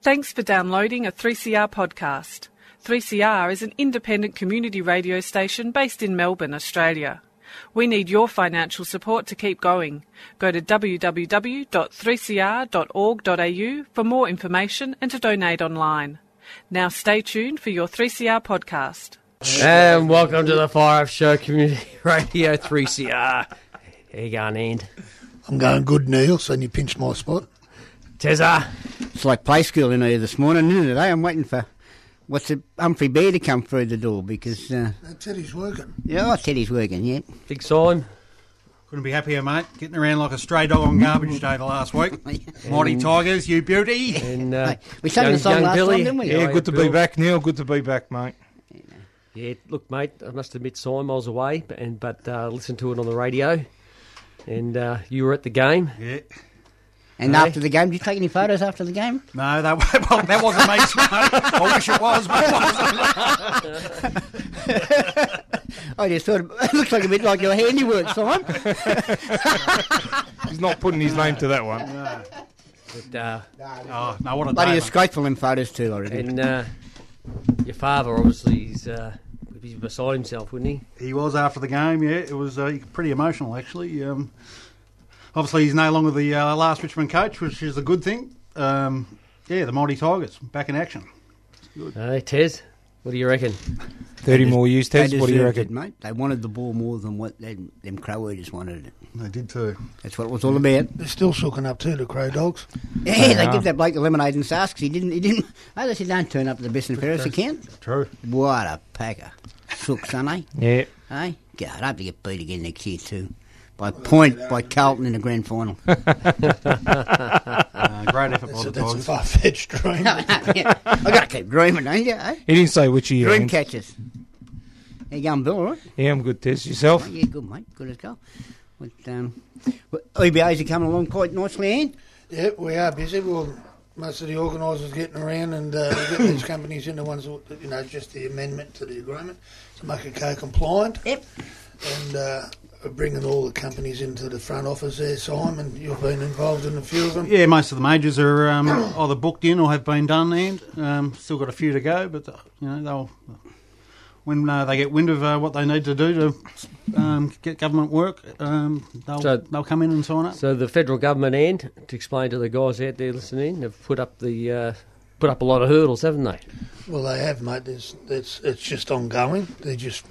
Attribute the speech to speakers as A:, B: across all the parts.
A: Thanks for downloading a 3CR podcast. 3CR is an independent community radio station based in Melbourne, Australia. We need your financial support to keep going. Go to www.3cr.org.au for more information and to donate online. Now stay tuned for your 3CR podcast.
B: And welcome to the Fire Up Show Community Radio 3CR. Here you go, Need.
C: I'm going good, Neil. So you pinched my spot.
B: Tezza.
D: It's like play school in here this morning, isn't it? eh? I'm waiting for what's it, Humphrey Bear to come through the door because uh,
C: That's it. He's working.
D: yeah, I said he's working yet.
B: Big Simon.
E: Couldn't be happier, mate. Getting around like a stray dog on garbage day the last week. Mighty Tigers, you beauty.
B: And, uh,
D: We sang
B: young,
D: the song
B: young
D: last
B: Billy.
D: time, didn't we?
B: Yeah,
F: Yeah, good to
B: Bill.
F: be back, Neil. Good to be back, mate.
B: Yeah, look, mate, I must admit, Simon, I was away, but, and, but uh, listened to it on the radio. And uh, you were at the game.
E: Yeah.
D: And
B: Aye.
D: after the game, did you take any photos after the game?
E: No, that, well, that wasn't me. Simo. I wish it was, but it wasn't.
D: I just thought it looks like a bit like your handiwork, Simon.
F: He's not putting his name to that one.
B: But, uh,
E: Oh, no, what
D: Bloody
E: a day, mate.
D: disgraceful them photos too, I reckon.
B: and uh, your father, obviously, he's, uh, he's beside himself, wouldn't he?
E: He was after the game, yeah. It was uh, pretty emotional, actually. Um, obviously, he's no longer the uh, last Richmond coach, which is a good thing. Um, yeah, the Mighty Tigers, back in action.
B: Hey, Tez, what do you reckon?
F: 30 more years,
D: They
F: Tez. What do you
D: deserved it,
F: reckon?
D: mate? They wanted the ball more than what they, them crow eaters wanted it.
E: They did too.
D: That's what it was all about.
C: They're still sooking up too, the Crow Dogs.
D: Yeah, they, give that bloke the lemonade and sauce 'cause he didn't. He didn't. Oh, they said don't turn up to the best and fairest account.
E: True.
D: What a packer, sook son, eh?
F: Yeah.
D: Hey, God, I hope to get beat again next year too. By point, by Carlton in the grand final.
E: Uh, great effort by
C: That's, a,
E: the
C: that's a
E: Tigers.
C: far-fetched dream.
D: yeah, I gotta keep dreaming, don't you? Eh?
F: He didn't say which year.
D: Dream
F: Ian.
D: catchers. How you going, Bill? All right?
F: Yeah, I'm good, Tez. Yourself?
D: Yeah, good mate, good as gold. But um, well, EBAs are coming along quite nicely, Anne.
C: yeah, we are busy. Well, most of the organisers getting around and uh, we're getting these companies into ones that, you know, just the amendment to the agreement to make it co-compliant.
D: Yep.
C: And uh, we're bringing all the companies into the front office there, Simon. You've been involved in a few of them.
E: Yeah, most of the majors are um, either booked in or have been done, and um, still got a few to go. But uh, you know, they'll when uh, they get wind of uh, what they need to do to um, get government work, um, they'll
B: So-
E: they'll come in and sign up.
B: So the federal government and to explain to the guys out there listening, have put up the uh, put up a lot of hurdles, haven't they?
C: Well, they have, mate. There's, it's, it's just ongoing. They just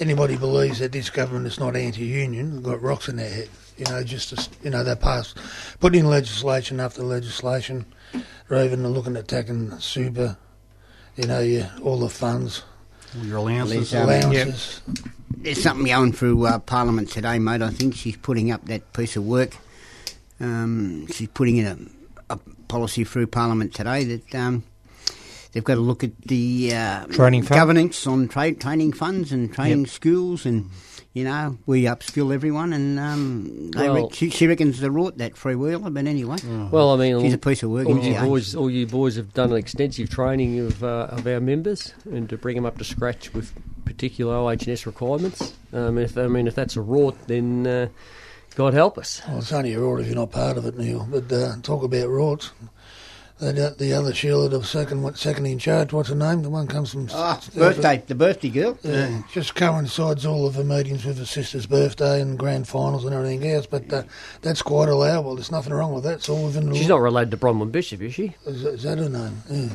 C: anybody believes that this government is not anti-union. They've got rocks in their head. You know, just as, you know, they pass putting in legislation after legislation. They're even looking at taking super. You know, yeah, all the funds,
E: All your allowances.
D: Yeah, man,
C: allowances.
D: There's something going through uh, Parliament today, mate. I think she's putting up that piece of work. Um, she's putting in a, a policy through Parliament today that um, they've got to look at the uh,
F: Training fund.
D: governance on tra- training funds and training schools and. You know, we upskill everyone, and um, they
B: Well-
D: rec- she, she reckons the rot that free wheeler. But anyway,
B: Well, I mean,
D: she's a
B: all,
D: piece of work.
B: all
D: isn't
B: you
D: she, eh?
B: boys, all you boys have done an extensive training of uh, of our members and to bring them up to scratch with particular OHS requirements. Um, if I mean, if that's a rort, then uh, God help us.
C: Well, it's only a rort if you're not part of it, Neil. But uh, talk about rorts. They got the other Sheila, the second one- second in charge. What's her name? The one comes from
D: Ah, birthday, the birthday girl.
C: Yeah, just coincides all of her meetings with her sister's birthday and grand finals and everything else, but uh, that's quite allowable. There's nothing wrong with that. It's all within the
B: She's not related to Bronwyn Bishop, is she?
C: Is, is that her name? Yeah.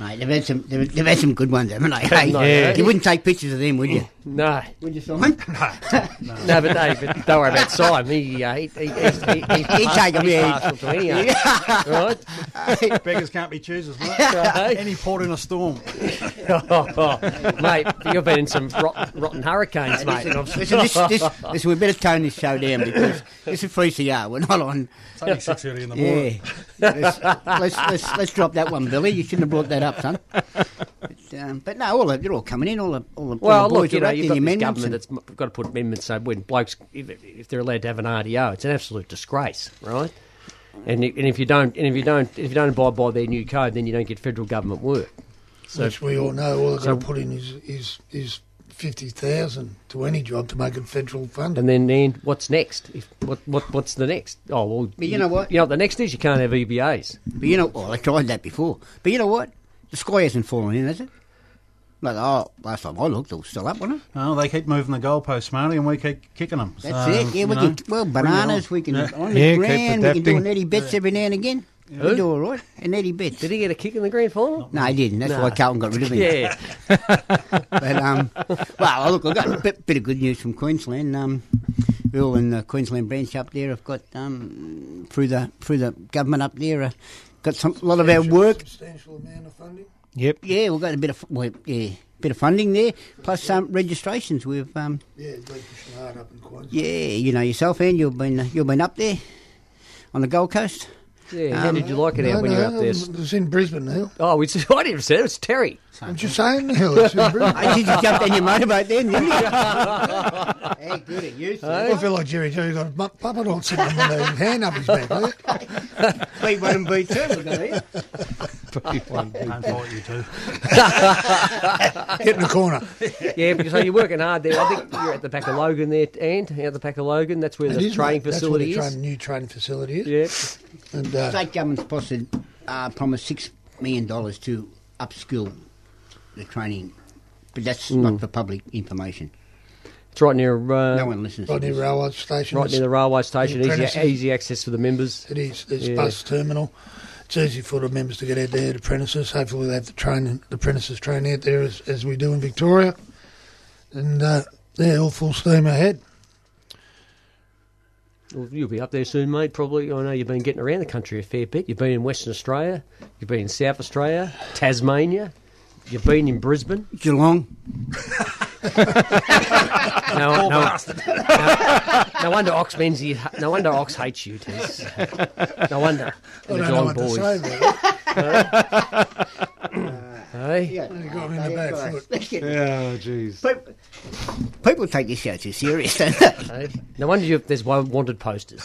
D: Mate, they've had some, they've, they've had some good ones, haven't they? Hey,
B: No, Yeah.
D: You wouldn't take pictures of them, would you?
B: No,
D: would you, Simon?
B: no, but, hey, but don't worry about Simon. He, uh, he, he, he's, he, he's,
D: He'd take 'em,
B: he's
D: yeah.
B: partial to any of us, right?
E: Beggars can't be choosers. mate. Any port in a storm.
B: oh, oh, mate, you've been in some rotten, rotten hurricanes, mate.
D: Listen, listen, this, this, listen, we better tone this show down because this is free CR. We're not on.
E: It's only six early in the morning.
D: Yeah. let's, let's, let's, let's drop that one, Billy. You shouldn't have brought that up, son. But, um, but no, all the, you're all coming in. All the, all the,
B: Well,
D: all the boys
B: look, you
D: are
B: know,
D: up
B: you've
D: in
B: got
D: your
B: this
D: amendments
B: government
D: and-
B: that's m- got to put amendments so when blokes, if, if they're allowed to have an RDO, it's an absolute disgrace, right? And, i- and if you don't, and if you don't, if you don't abide by their new code, then you don't get federal government work. So
C: Which we all know all they've got
B: so-
C: to put in is, is, is fifty thousand to any job to make it federal funded.
B: And then, then what's next? If, what, what what's the next? Oh well,
D: But you know what?
B: You know what the next is? You can't have E EBAs.
D: But you know, well, I tried that before. But you know what? The sky hasn't fallen in, has it? Like, oh, last time I looked, it was still up, wasn't it?
E: No, they keep moving the goalposts, Marty, and we keep kicking them.
D: That's
E: So,
D: it. Yeah,
E: you
D: we
E: know,
D: can, well,
E: bring it on.
D: bananas, we can,
E: Yeah.
D: on the
F: Yeah, keep
D: grand, we can do an
F: adapting.
D: Eddie Betts every now and again.
B: Who?
D: We do all right. An Eddie Betts.
B: Did he get a kick in the grand final?
D: No, he didn't. That's
B: No.
D: why Carlton got rid of him.
B: Yeah,
D: But, um, well, look, I've got a bit, bit of good news from Queensland. Um, Earl and the Queensland branch up there have got, um, through the through the government up there, uh, got some, a lot of our work
C: Substantial amount of funding.
F: Yep.
D: Yeah, we've got a bit of well, yeah, bit of funding there, plus some registrations. We've um,
C: Yeah, they're pushing hard up in Queensland.
D: yeah, you know yourself, and you've been uh, you've been up there on the Gold Coast.
B: yeah. How
D: Um,
B: did you like it out
C: No,
B: when you were
C: no,
B: up there?
C: It was in Brisbane, Hill.
B: Oh, we I didn't say it. It's Terry.
C: I'm just saying, Hill. It's in Brisbane.
D: I you jumped on your motorbike then, didn't you? hey, good at you, sir.
C: I feel like Jerry Joe got a mu- puppet on sitting with a hand up his back. eh?
D: Beat one and beat two. We've got here.
E: Don't fight you two.
C: Get in the corner.
B: Yeah, because so you're working hard there. I think you're at the back of Logan there, and out the back of Logan. That's where
C: It
B: the
C: is,
B: training
C: mate. That's where
B: facility
C: the
B: is.
C: train- new training facility is.
B: Yeah,
C: And, uh,
D: State government's posted, uh, promised six million dollars to upskill the training, but that's not for public information.
B: it's right near uh,
D: No one listens.
C: right
D: to
C: near
D: this.
C: railway station.
B: right near the railway station. Easy,
C: apprentices.
B: easy access for the members.
C: It is. There's
B: Yeah.
C: bus terminal. It's easy for the members to get out there, the apprentices. Hopefully, they have the train, the apprentices train out there as, as we do in Victoria. And uh, yeah, all full steam ahead.
B: Well, you'll be up there soon, mate. Probably. I know you've been getting around the country a fair bit. You've been in Western Australia. You've been in South Australia, Tasmania. You've been in Brisbane.
D: Geelong.
B: No, no, no, no wonder Ox Menzies. No wonder Ox hates you, Tess. No wonder.
C: I
B: And the
C: don't know
B: Geelong
C: what
B: boys.
C: to say. Really.
B: Hey?
C: You got me in the back foot.
D: Let's get
F: Oh, jeez.
D: People, people take this show too serious, don't they?
B: Hey? No wonder you, there's one wanted posters,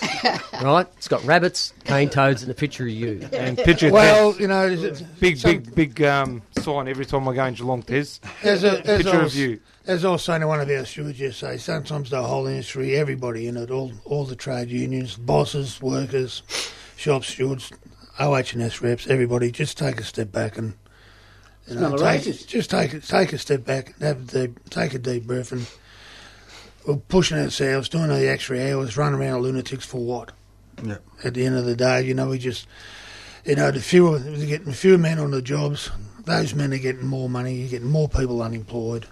B: right? It's got rabbits, cane toads, and a picture of you.
F: And picture
C: uh, Well, you know, is it-
F: Tez. Big,
C: some-
F: big, big um, sign every time I go in Geelong, Tez.
C: As, a, as,
F: Picture
C: I
F: of
C: was,
F: you.
C: as I was saying to one of our stewards yesterday, sometimes the whole industry, everybody in it, all all the trade unions, bosses, workers, shop stewards, OH&S reps, everybody, just take a step back and you
D: Smell
C: know,
D: the
C: take,
D: roses.
C: just take a- take a step back and have the take a deep breath and we're pushing ourselves, doing the extra hours, running around lunatics for what?
E: Yeah.
C: At the end of the day, you know, we just you know, the fewer we're getting fewer men on the jobs, those men are getting more money, you're getting more people unemployed.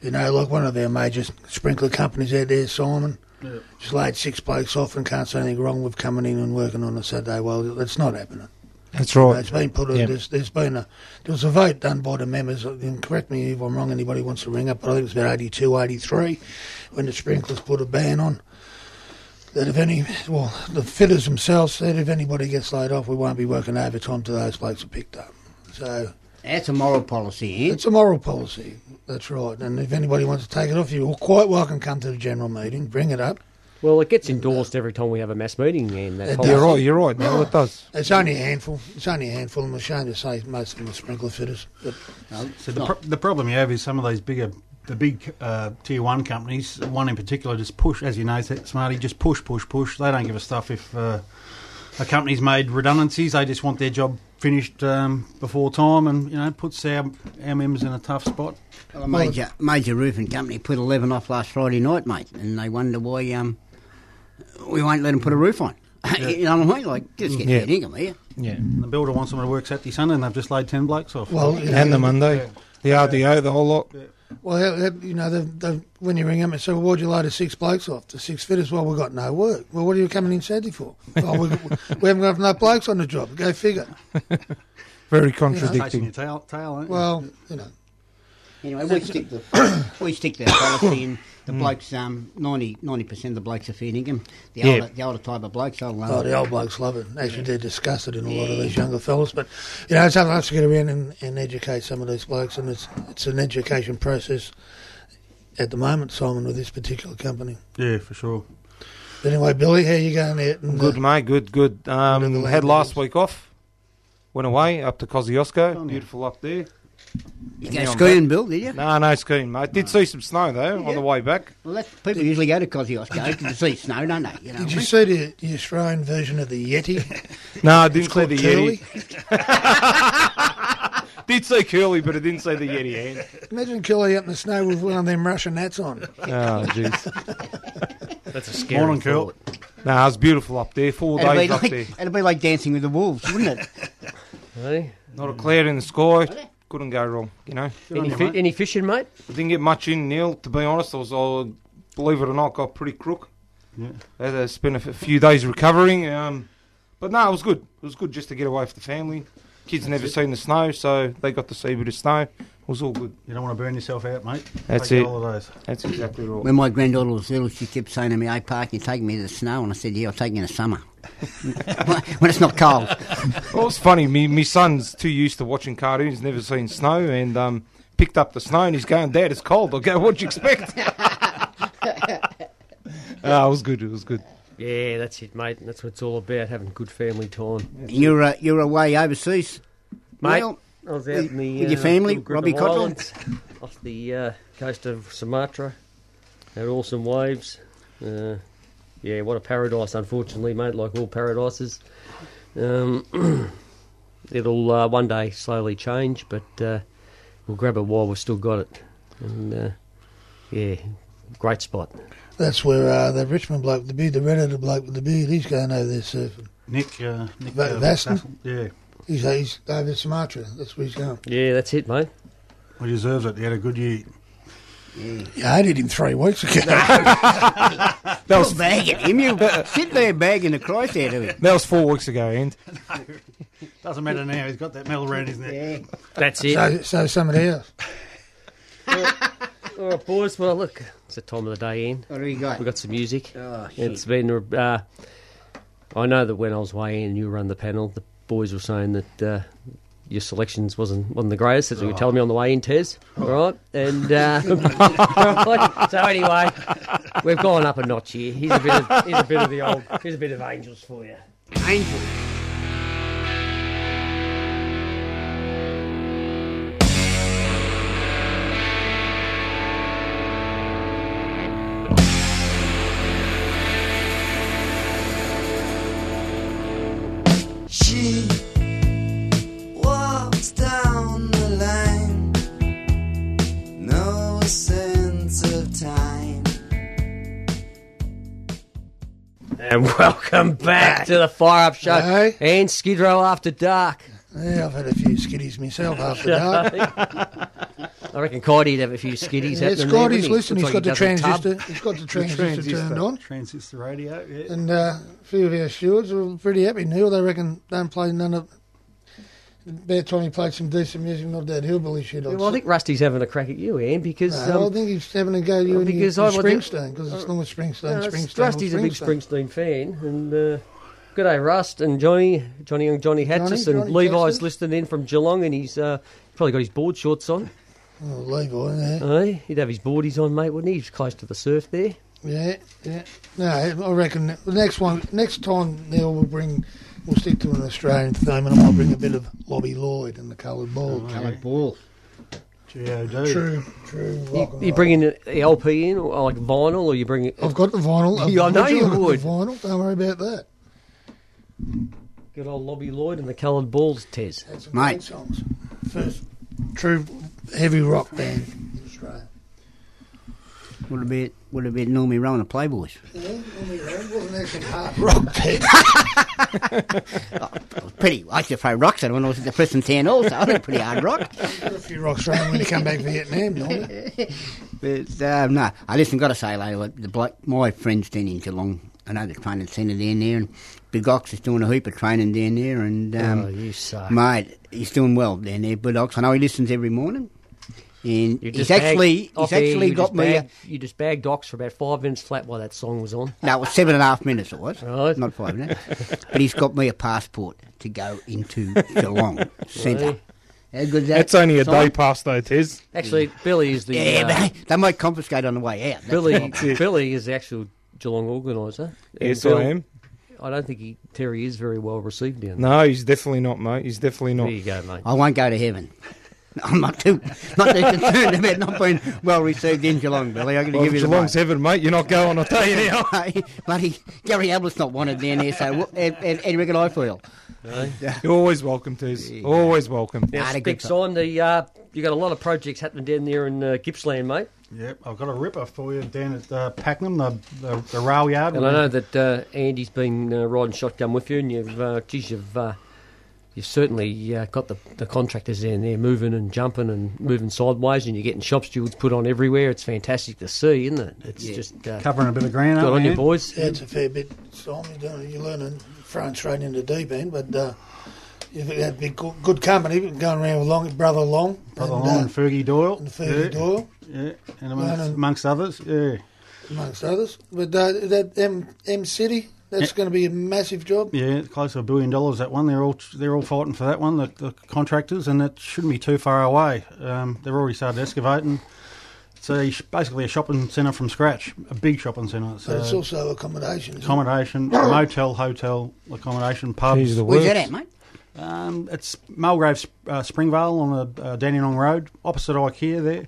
C: You know, like one of our major sprinkler companies out there, Simon,
E: Yeah.
C: just laid six blokes off and can't see anything wrong with coming in and working on a Saturday. Well, that's not happening.
F: That's
C: You know, it's been put.
F: Yeah.
C: There's, there's been a there was a vote done by the members. And correct me if I'm wrong. Anybody wants to ring up, but I think it was about 82, 83, when the sprinklers put a ban on. That if any, well, the fitters themselves said if anybody gets laid off, we won't be working overtime till those blokes are picked up. So
D: That's a moral policy, eh?
C: it's a moral policy. That's right. And if anybody wants to take it off, you're quite welcome. Come to the general meeting, bring it up.
B: Well, it gets endorsed every time we have a mass meeting. And that
C: It
B: policy.
F: You're right, you're right. No, it does.
C: It's only a handful. It's only a handful. I'm ashamed to say most of them are sprinkler fitters. But
D: No,
E: So the, pro- the problem you have is some of those bigger, the big uh, tier one companies. One in particular just push, as you know, Smarty, just push, push, push. They don't give a stuff if uh, a company's made redundancies. They just want their job finished um, before time, and you know puts our our members in a tough spot.
D: a major major roofing company put eleven off last Friday night, mate, and they wonder why um we won't let them put a roof on. you know what I mean? Like just get
F: Yeah.
D: your income here.
F: Yeah.
E: And the builder wants them to work Saturday, Sunday, and they've just laid ten blokes off.
C: well,
F: And the Monday. The RDO, the whole lot.
C: Well, that- that- you know, the, the, when you ring them and say, well, why'd you load the six blokes off? The six fitters, well, we've got no work. Well, what are you coming in Saturday for? oh, we, we haven't got enough blokes on the job. Go figure.
F: Very
E: Chasing your
F: contradicting.
E: tail, tail ain't you?
C: Well, you know,
D: Anyway, we stick the we stick to our policy, and the blokes um 90 percent of the blokes are fair income. The
F: Yeah.
D: older the older type of blokes, uh, I'll
C: oh, the old blokes love it. Actually, they're disgusted in a lot of these younger fellas. But, you know, it's up to us to get around and, and educate some of these blokes. And it's, it's an education process at the moment, Simon, with this particular company.
E: yeah, for sure.
C: But anyway, Billy, how you going out? And,
F: Good,
C: uh,
F: mate. Good, good. Um,
C: Whatever
F: had
C: land
F: last
C: is.
F: week off. Went away up to Kosciuszko.
E: Oh, yeah.
F: Beautiful up there.
D: You
F: Yeah,
D: go
F: I'm
D: skiing, Bill, did you?
F: No, no skiing, mate. Did see some snow though on the way back.
D: Well, that's, people usually go to Kosciuszko to see snow, don't they? You know,
C: Did you see the, the Australian version of the Yeti?
F: No, I
C: It's
F: didn't see
C: called
F: the
C: Curly.
F: Yeti. Did see Curly, but I didn't see the Yeti hand.
C: Imagine Curly up in the snow with one of them Russian hats on.
F: Oh, jeez.
G: That's a scary
E: Morning, Curl.
G: thought.
F: no, it was beautiful up there. Four
D: it'd be,
F: days up
D: like,
F: there.
D: it'd be like dancing with the wolves, wouldn't it?
B: Eh?
F: Not a cloud in the sky. Couldn't go wrong, you know.
B: Any,
E: you,
B: fi-
E: mate.
B: any fishing, mate?
F: Didn't get much in, Neil. To be honest, I was, I, believe it or not, got pretty crook.
E: Yeah.
F: I had to spend a f- few days recovering. Um, but no, it was good. It was good just to get away from the family. Kids never seen the snow, so they got to see a bit of snow. It was all good.
E: You don't want to burn yourself out, mate.
F: That's
E: Take
F: it.
E: the holidays.
F: That's exactly right.
D: When my granddaughter was little, she kept saying to me, "Hey, Park, you're taking me to the snow," and I said, "Yeah, I'll take you in the summer when it's not cold."
F: Well, it's funny. Me, my son's too used to watching cartoons, never seen snow, and um, picked up the snow and he's going, "Dad, it's cold." I go, "What'd you expect?" Ah, it was good. It was good.
B: Yeah, that's it, mate. That's what it's all about, having good family time.
D: You're uh, you're away overseas,
B: Mate,
D: Well,
B: I was out
D: with-
B: in the, uh,
D: with your family,
B: little group
D: Robbie
B: of
D: Cottrell?
B: islands Off the uh, coast of Sumatra. Had awesome waves. Uh, yeah, what a paradise, unfortunately, mate, like all paradises. Um, it'll uh, one day slowly change, but uh, we'll grab it while we've still got it. And uh, yeah, great spot.
C: That's where uh, the Richmond bloke, the beard, the redheaded bloke with the beard, he's going over there surfing.
E: Nick, uh, Nick
C: Va-
E: uh,
C: Vaston?
E: Vaston. Yeah,
C: He's, uh, he's over Sumatra. That's where he's going.
B: Yeah, that's it, mate.
E: he deserves it. He had a good year.
C: Yeah, I did him three weeks ago.
F: That
D: you're
F: was
D: bagging him. You sit there bagging the Christ out of him.
F: that was four weeks ago, and
E: Doesn't matter now. He's got that medal around his neck.
D: Yeah.
B: That's it.
C: so, so somebody else.
B: All right, boys. Well, look, it's the time of the day, Ian.
D: What do you got?
B: We've got some music.
C: Ah,
D: Oh, shit.
B: It's been. Uh, I know that when I was weighing and you run the panel, the boys were saying that uh, your selections wasn't wasn't the greatest, as you were telling me on the way in, Tez. All right, and uh, right. so anyway, we've gone up a notch here. Here's a bit of here's a bit of the old here's a bit of angels for you.
D: Angel.
H: She walks down the line, no sense of time.
B: And welcome back to the Fire Up Show
C: Hey.
B: and Skid Row After Dark.
C: Yeah, I've had a few skiddies myself after dark.
B: I reckon Cordy'd have a few skiddies.
C: Yeah,
B: happening there, wouldn't
C: Scotty's
B: he?
C: listening.
B: Looks
C: He's got the
B: like he does in tub.
C: transistor. He's got the transistor turned on.
E: Transistor radio. Yeah.
C: And uh, a few of our stewards were pretty happy. Neil, they reckon don't play none of. About time he played some decent music, not that hillbilly shit. on.
B: Well, I think Rusty's having a crack at you, Ian, because
C: No, Uh, I
B: um,
C: think he's having a go at you and
B: because
C: you-
B: I
C: and
B: would think-
C: Springsteen because it's long as Springsteen.
B: uh,
C: Springsteen or
B: Rusty's a big
C: Springsteen.
B: Springsteen fan, and uh, good day, Rust and Johnny, Johnny and Johnny Hatchis,
C: Johnny,
B: and
C: Johnny
B: Levi's
C: Hatchis.
B: listening in from Geelong, and he's uh, probably got his board shorts on.
C: Oh, Levi, yeah.
B: eh? He'd have his boardies on, mate, wouldn't he? He's close to the surf there.
C: Yeah, yeah. No, I reckon the next one, next time Neil will bring, we'll stick to an Australian theme, and I might bring a bit of Lobby Lloyd and the coloured
B: Oh,
C: ball.
D: Coloured ball.
E: G-O-D.
C: True, true.
B: You,
C: rock and
B: you
C: roll.
B: bringing the LP in, or like vinyl, or you bring it?
D: Oh.
C: I've got the vinyl. I've
B: Yeah, I know
C: got
B: you
C: the
B: would.
C: Vinyl. Don't worry about that.
B: Good old Lobby Lloyd and the coloured balls, Tez.
C: Had some
D: Mate.
C: great songs. First true heavy rock band in Australia.
D: Would have been would have been Normie Rowan the Playboys.
C: Yeah, wasn't actually hard rock band.
D: I was pretty. I used to throw rocks at 'em when I was at the prison town. Also, I was pretty hard rock.
C: a few rocks running when you come back from Vietnam. Normally.
D: But um, no, I listen. Got to say, though, the bloke, my friend's down in Geelong. I know the training centre down there, and Big Ox is doing a heap of training down there. And
B: oh,
D: um,
B: you suck.
D: mate, he's doing well down there, Big Ox. I know he listens every morning,
B: You
D: and he's
B: just bagged-
D: actually
B: off
D: he's
B: air,
D: actually
B: you
D: got
B: just
D: me. A,
B: bagged- you just bagged Ox for about five minutes flat while that song was on.
D: no, it was seven and a half minutes. It was
B: Right.
D: not five minutes, but he's got me a passport to go into Geelong Centre.
B: Really?
D: How good's that?
F: that's only a
D: Simon?
F: day past though, Tiz.
B: Actually, Billy is the
D: Yeah,
B: uh,
D: they, they might confiscate on the way out. That's the
B: Billy.
D: problem.
B: Billy is the actual Geelong organizer. And
F: Yes,
B: Bill-
F: I am.
B: I don't think he, Terry is very well received down there.
F: No, he's definitely not, mate. He's definitely not.
B: There you go, mate.
D: I won't go to heaven. I'm not too not too concerned about not being well received in Geelong, Billy. I'm going to
F: Well,
D: give you the
F: Geelong's heaven, mate. You're not going, I'll tell you now.
D: Hey, Buddy, Gary Ablett's not wanted down there, so what- and, and, and reckon I feel.
F: You're always welcome, Tez. Always welcome.
D: Nah,
B: Now,
D: they're good
B: Specs
D: fo-
B: on the. Uh, you got a lot of projects happening down there in uh, Gippsland, mate.
E: Yep, I've got a ripper for you down at uh, Pakenham, the, the, the rail
D: Oh,
E: yard.
B: And I know that uh, Andy's been uh, riding shotgun with you, and you've, uh, geez, you've, uh, you've certainly uh, got the, the contractors down there moving and jumping and moving sideways, and you're getting shop stewards put on everywhere. It's fantastic to see, isn't it? It's
D: Yeah.
B: just uh,
E: covering a bit of ground.
B: good
E: aren't
B: on you,
E: we?
B: boys.
C: Yeah, it's a fair bit. Storm you're doing. You're learning throwing straight into deep end, but uh, you've had big good, good company going around with Long, brother Long,
E: Brother
C: and,
E: Long
C: uh,
E: and Fergie Doyle.
C: and Fergie
E: yeah.
C: Doyle,
E: Yeah, and amongst,
C: Lennon.
E: amongst others. Yeah.
C: amongst others. But uh, that M, M City, that's
E: Yeah.
C: going to be a massive job.
E: Yeah, it's close to a billion dollars. That one, they're all they're all fighting for that one. The, the contractors, and that shouldn't be too far away. Um, they've already started excavating. It's a, basically a shopping centre from scratch, a big shopping centre.
C: But it's
E: So
C: also accommodation. isn't it?
E: accommodation, motel, hotel, accommodation, pubs.
D: Where's that at, mate?
E: Um, it's Mulgrave uh, Springvale on the uh, Dandenong Road, opposite IKEA. There,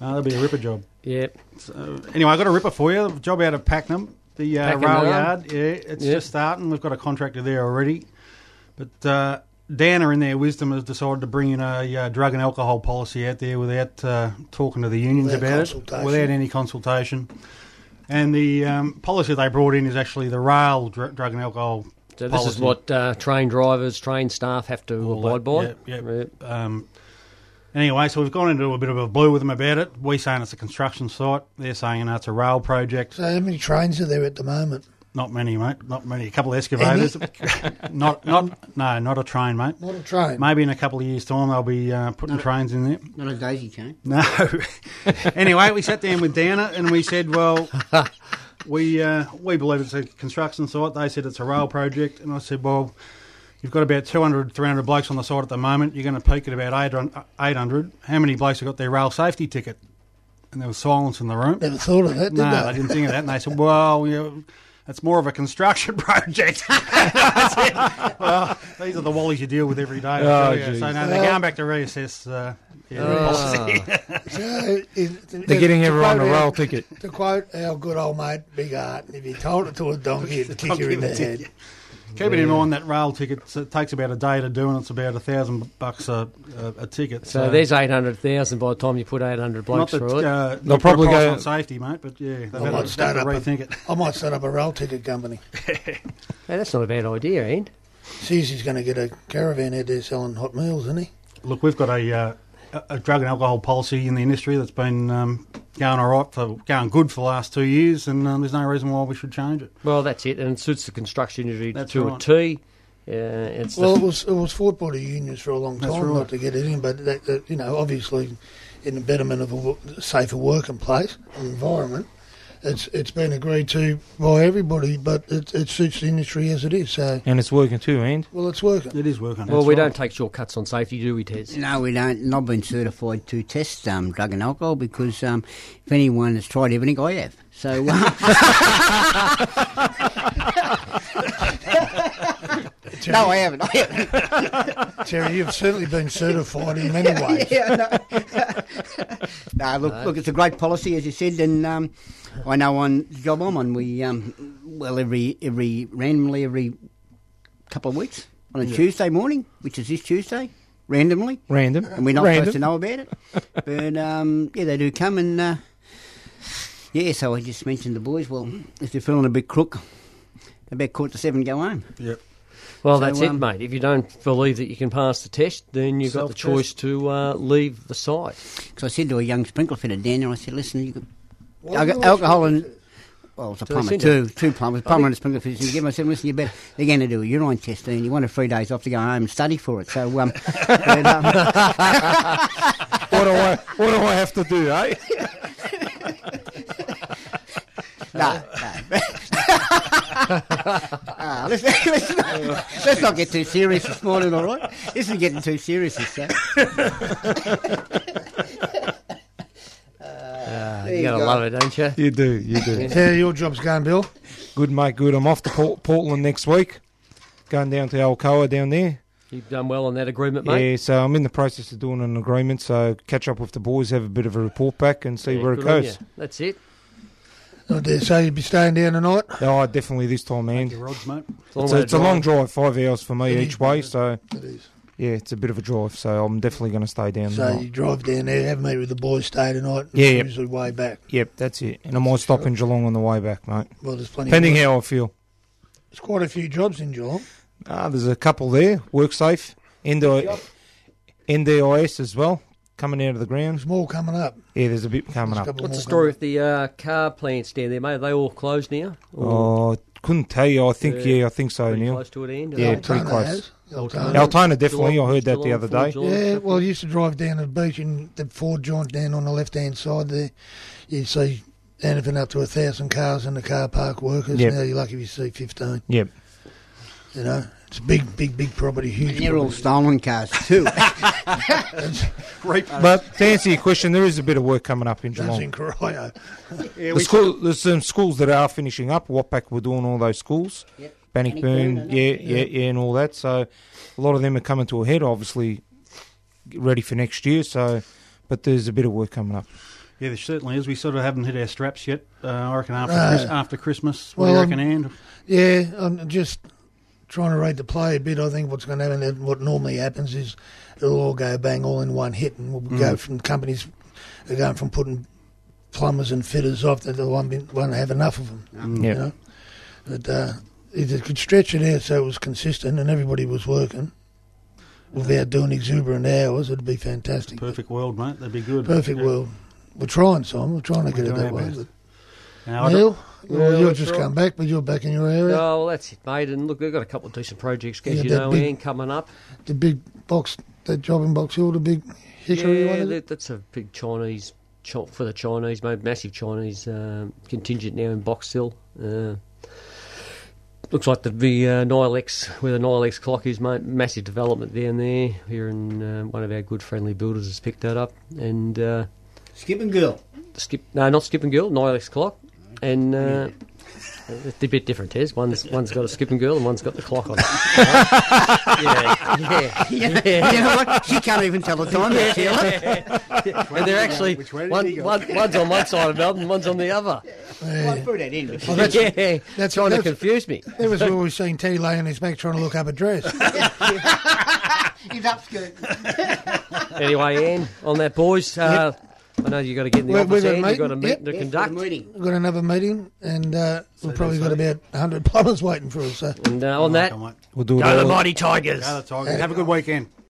E: uh, that'll be a ripper job.
B: Yeah,
E: So, anyway, I got a ripper for you. A job out of Pakenham, the uh,
B: Pakenham.
E: rail yard. Yeah, it's
B: Yeah.
E: just starting. We've got a contractor there already, but uh, Downer, in their wisdom, has decided to bring in a uh, drug and alcohol policy out there without uh, talking to the unions
C: Without
E: about it,
C: consultation.
E: without any consultation. And the um, policy they brought in is actually the rail dr- drug and alcohol.
B: so this is
E: policy.
B: what uh, train drivers, train staff have to
E: All
B: abide by.
E: that. Yep, yep. Um, anyway, so we've gone into a bit of a blue with them about it. We're saying it's a construction site. They're saying no, it's a rail project.
C: So how many trains are there at the moment?
E: Not many, mate. Not many. A couple of excavators. not, not, no, not a train, mate.
C: Not a train.
E: Maybe in a couple of years' time they'll be uh, putting trains in there.
D: Not a daisy chain.
E: No. anyway, we sat down with Downer and we said, well, we uh, we believe it's a construction site. They said it's a rail project, and I said, well, you've got about 200, 300 blokes on the site at the moment. You're going to peak at about 800. 800. How many blokes have got their rail safety ticket? And there was silence in the room.
C: Never thought of that, did
E: No,
C: I?
E: they didn't think of that. And they said, well, you it's more of a construction project. I said, well, these are the wallies you deal with every day. I
F: Oh,
E: tell you. so, no, they're going back to reassess. Uh, yeah, the
B: Uh,
E: policy.
C: So, it-
F: They're getting
C: to
F: everyone a
C: quote
F: rail
C: our-
F: ticket.
C: To quote our good old mate Big Art, if you told it to a donkey, it'd kick you in the head.
E: Keep it in mind that rail tickets it takes about a day to do, and it's about a thousand bucks a, a, a ticket.
B: So there's 800,000 by the time you put 800
E: not
B: blokes
E: that,
B: through it.
E: uh,
F: They'll
E: they'll probably
F: probably
E: price
F: go-
E: on safety, mate. But yeah, they've
C: might
E: had to
C: start up a-
E: rethink it.
C: I might set up a rail ticket company.
B: Hey, that's not a bad idea, Ant.
C: Sees he's going to get a caravan out there selling hot meals, isn't he?
E: Look, we've got a, uh, a- a drug and alcohol policy in the industry that's been um, going all right for going good for the last two years, and um, there's no reason why we should change it.
B: Well, that's it, and it suits the construction industry
E: That's
B: to
E: right.
B: a T. Uh, it's
C: Well,
B: the
C: it was it was fought by the unions for a long
E: That's
C: time
E: right.
C: not to get it in, but that, that, you know, obviously, in the betterment of a wo- safer working place and environment, it's it's been agreed to by everybody, but it, it suits the industry as it is. So,
F: And it's working too, and
C: well, it's working.
E: It is working.
B: Well,
E: that's
B: we
E: right.
B: don't take shortcuts on safety, do we, Tez?
D: No, we don't. Not been certified to test um, drug and alcohol because um, if anyone has tried everything, I have. So uh, no, I haven't. I haven't.
C: Terry, you've certainly been certified in many ways.
D: Yeah, no. no, look, look, it's a great policy, as you said, and um, I know on the job I'm on, we um, well every every randomly every couple of weeks on a Tuesday morning, which is this Tuesday, randomly,
F: Random.
D: and we're not
F: Random.
D: supposed to know about it, but um, yeah, they do come and. Uh, yeah, so I just mentioned the boys. Well, if they're feeling a bit crook, about quarter to seven, go home.
E: Yep.
B: Well,
D: So,
B: that's it,
D: um,
B: mate. If you don't believe that you can pass the test, then you've got the choice
E: Self-test.
B: to uh, leave the site.
D: Because I said to a young sprinkler fitter down there, I said, "Listen, you could
C: Why
D: Alco-
C: do you always
D: alcohol
C: think
D: and
C: it's-
D: Well, it's a
B: Do they
D: plumber,
B: send
D: two, two plumbers, plumber and a sprinkler fitter. So you get myself, listen, you better, they're going to do a urine test, and you wanted three days off to go home and study for it. So, um, but, um,
F: What do I what do I have to do, eh?
D: no, no. Ah, let's, let's, not, let's not get too serious this morning, all right? This is getting too serious, this eh? stuff.
B: Uh, you gotta love it, don't you?
F: You do, you do.
C: How your job's going, Bill?
F: Good mate, good. I'm off to Port- Portland next week. Going down to Alcoa down there.
B: You've done well on that agreement, mate.
F: Yeah, so I'm in the process of doing an agreement. So catch up with the boys, have a bit of a report back, and see
B: Yeah,
F: where it
B: good on
F: goes.
B: you. That's it.
C: I dare say you'd be staying down tonight.
F: Oh, definitely this time, man.
E: Your odds, mate.
B: long
F: It's
B: way to
F: a, it's a long drive, five hours for me
C: It
F: each
C: is,
F: way.
C: yeah.
F: So
C: It is.
F: yeah, it's a bit of a drive. So I'm definitely going to stay down.
C: So you
F: tonight.
C: drive down there, have a meet with the boys, stay tonight, and
F: Yeah, yeah.
C: usually way back.
F: Yep, that's it. And I might stop in Geelong on the way back, mate.
C: Well, there's plenty.
F: Depending
C: of work.
F: how I feel.
C: There's quite a few jobs in Geelong.
F: Ah, there's a couple there. Work safe. NDI, NDIS as well coming out of the ground.
C: There's more coming up.
F: Yeah, there's a bit coming
C: There's a
F: up.
C: couple
B: What's
C: more
B: the story
C: coming up.
B: with the uh, car plants down there, mate? Are they all closed now? Or
F: Oh, couldn't tell you. I think
B: Yeah.
F: yeah, I think so,
B: pretty
F: Neil.
B: close to an end? are
F: Yeah,
B: they?
F: pretty
C: Altona
F: close.
C: has.
B: Altona.
C: Altona.
F: Altona definitely. I heard that the
B: Geelong,
F: other
B: Geelong,
F: day.
B: Geelong,
C: Yeah,
B: something.
C: well, you used to drive down the beach and the Ford joint down on the left hand side there. You'd see anything up to a thousand cars in the car park workers.
F: Yep.
C: Now you're lucky if you see 15.
F: Yep.
C: You know, it's a big, big, big property, huge.
D: And they're all
C: property.
D: stolen cars too.
B: Uh,
F: But to answer your question, there is a bit of work coming up in
C: That's in
F: Geelong.
C: Corio.
F: The school, there's some schools that are finishing up. Wapak, we're doing all those schools.
D: Yep. Bannockburn
F: Bannockburn,
D: and
F: yeah, yeah, yeah, and all that. So a lot of them are coming to a head, obviously, get ready for next year. So, but there's a bit of work coming up.
E: Yeah, there certainly is. We sort of haven't hit our straps yet. Uh, I reckon after,
C: No.
E: Chris- after Christmas. What do
C: Well, um,
E: you
C: I'm-
E: reckon, and
C: Yeah, I'm just trying to read the play a bit. I think what's going to happen, and what normally happens, is it'll all go bang all in one hit, and we'll go from companies are going from putting plumbers and fitters off that they won't, be, won't have enough of them.
F: Yeah.
C: You know, but uh, if they could stretch it out so it was consistent and everybody was working without doing exuberant hours, it'd be fantastic.
E: Perfect world, mate. That'd be good.
C: Perfect
E: Yeah.
C: world. We're trying, Simon. We're trying to
E: We're
C: get it
E: doing
C: that
E: our
C: way.
E: best.
C: But
E: Now, I don't-
C: Neil, well,
B: Yeah,
C: you've
B: that's
C: just
B: right.
C: come back, but you're back in your area.
B: Oh, well, that's it, mate. And look, they've got a couple of decent projects, as
C: Yeah,
B: you
C: that
B: know,
C: big-
B: Ian, coming up.
C: The big box, that job in Box Hill, the big hickory one.
B: yeah,
C: is it?
B: that, that's a big Chinese chop for the Chinese, mate. Massive Chinese um, contingent now in Box Hill. Uh, looks like the, the uh, Nilex, where the Nilex clock is, mate. Massive development down there. Here, and uh, one of our good friendly builders has picked that up, and. Uh,
D: Skip and girl.
B: Skip, no, not Skip and Girl, Nilex Clock, and uh, it's a bit different, Tez. One's one's got a Skip and Girl, and one's got the clock on. it. yeah, yeah,
D: Yeah. You know what? She can't even tell the time. Yeah. Sheila.
B: And they're actually
E: Which way did
B: one,
E: he go?
B: one, one's on one side of Melbourne, one's on the other.
C: Yeah.
D: I threw that in. but she-
B: yeah,
C: that's-
B: trying
C: that's-
B: to confuse me.
C: That was where we seen Teddy lay on his back trying to look up a dress.
D: He's upskirt.
B: Anyway, Anne, on that, boys. Uh, I know you got to get in the
C: We're- we're
B: office.
C: gonna
B: Anne,
C: meet-
B: you got to meet
C: yep.
B: to
D: Yes,
B: conduct.
D: for the meeting.
C: We've got another meeting, and uh, we've probably got
E: that's
C: about 100 plumbers waiting for us. So.
B: And uh, on that,
E: Come on.
F: We'll do it
B: go the
F: all.
B: mighty Tigers.
E: Go the Tigers. Have a good weekend.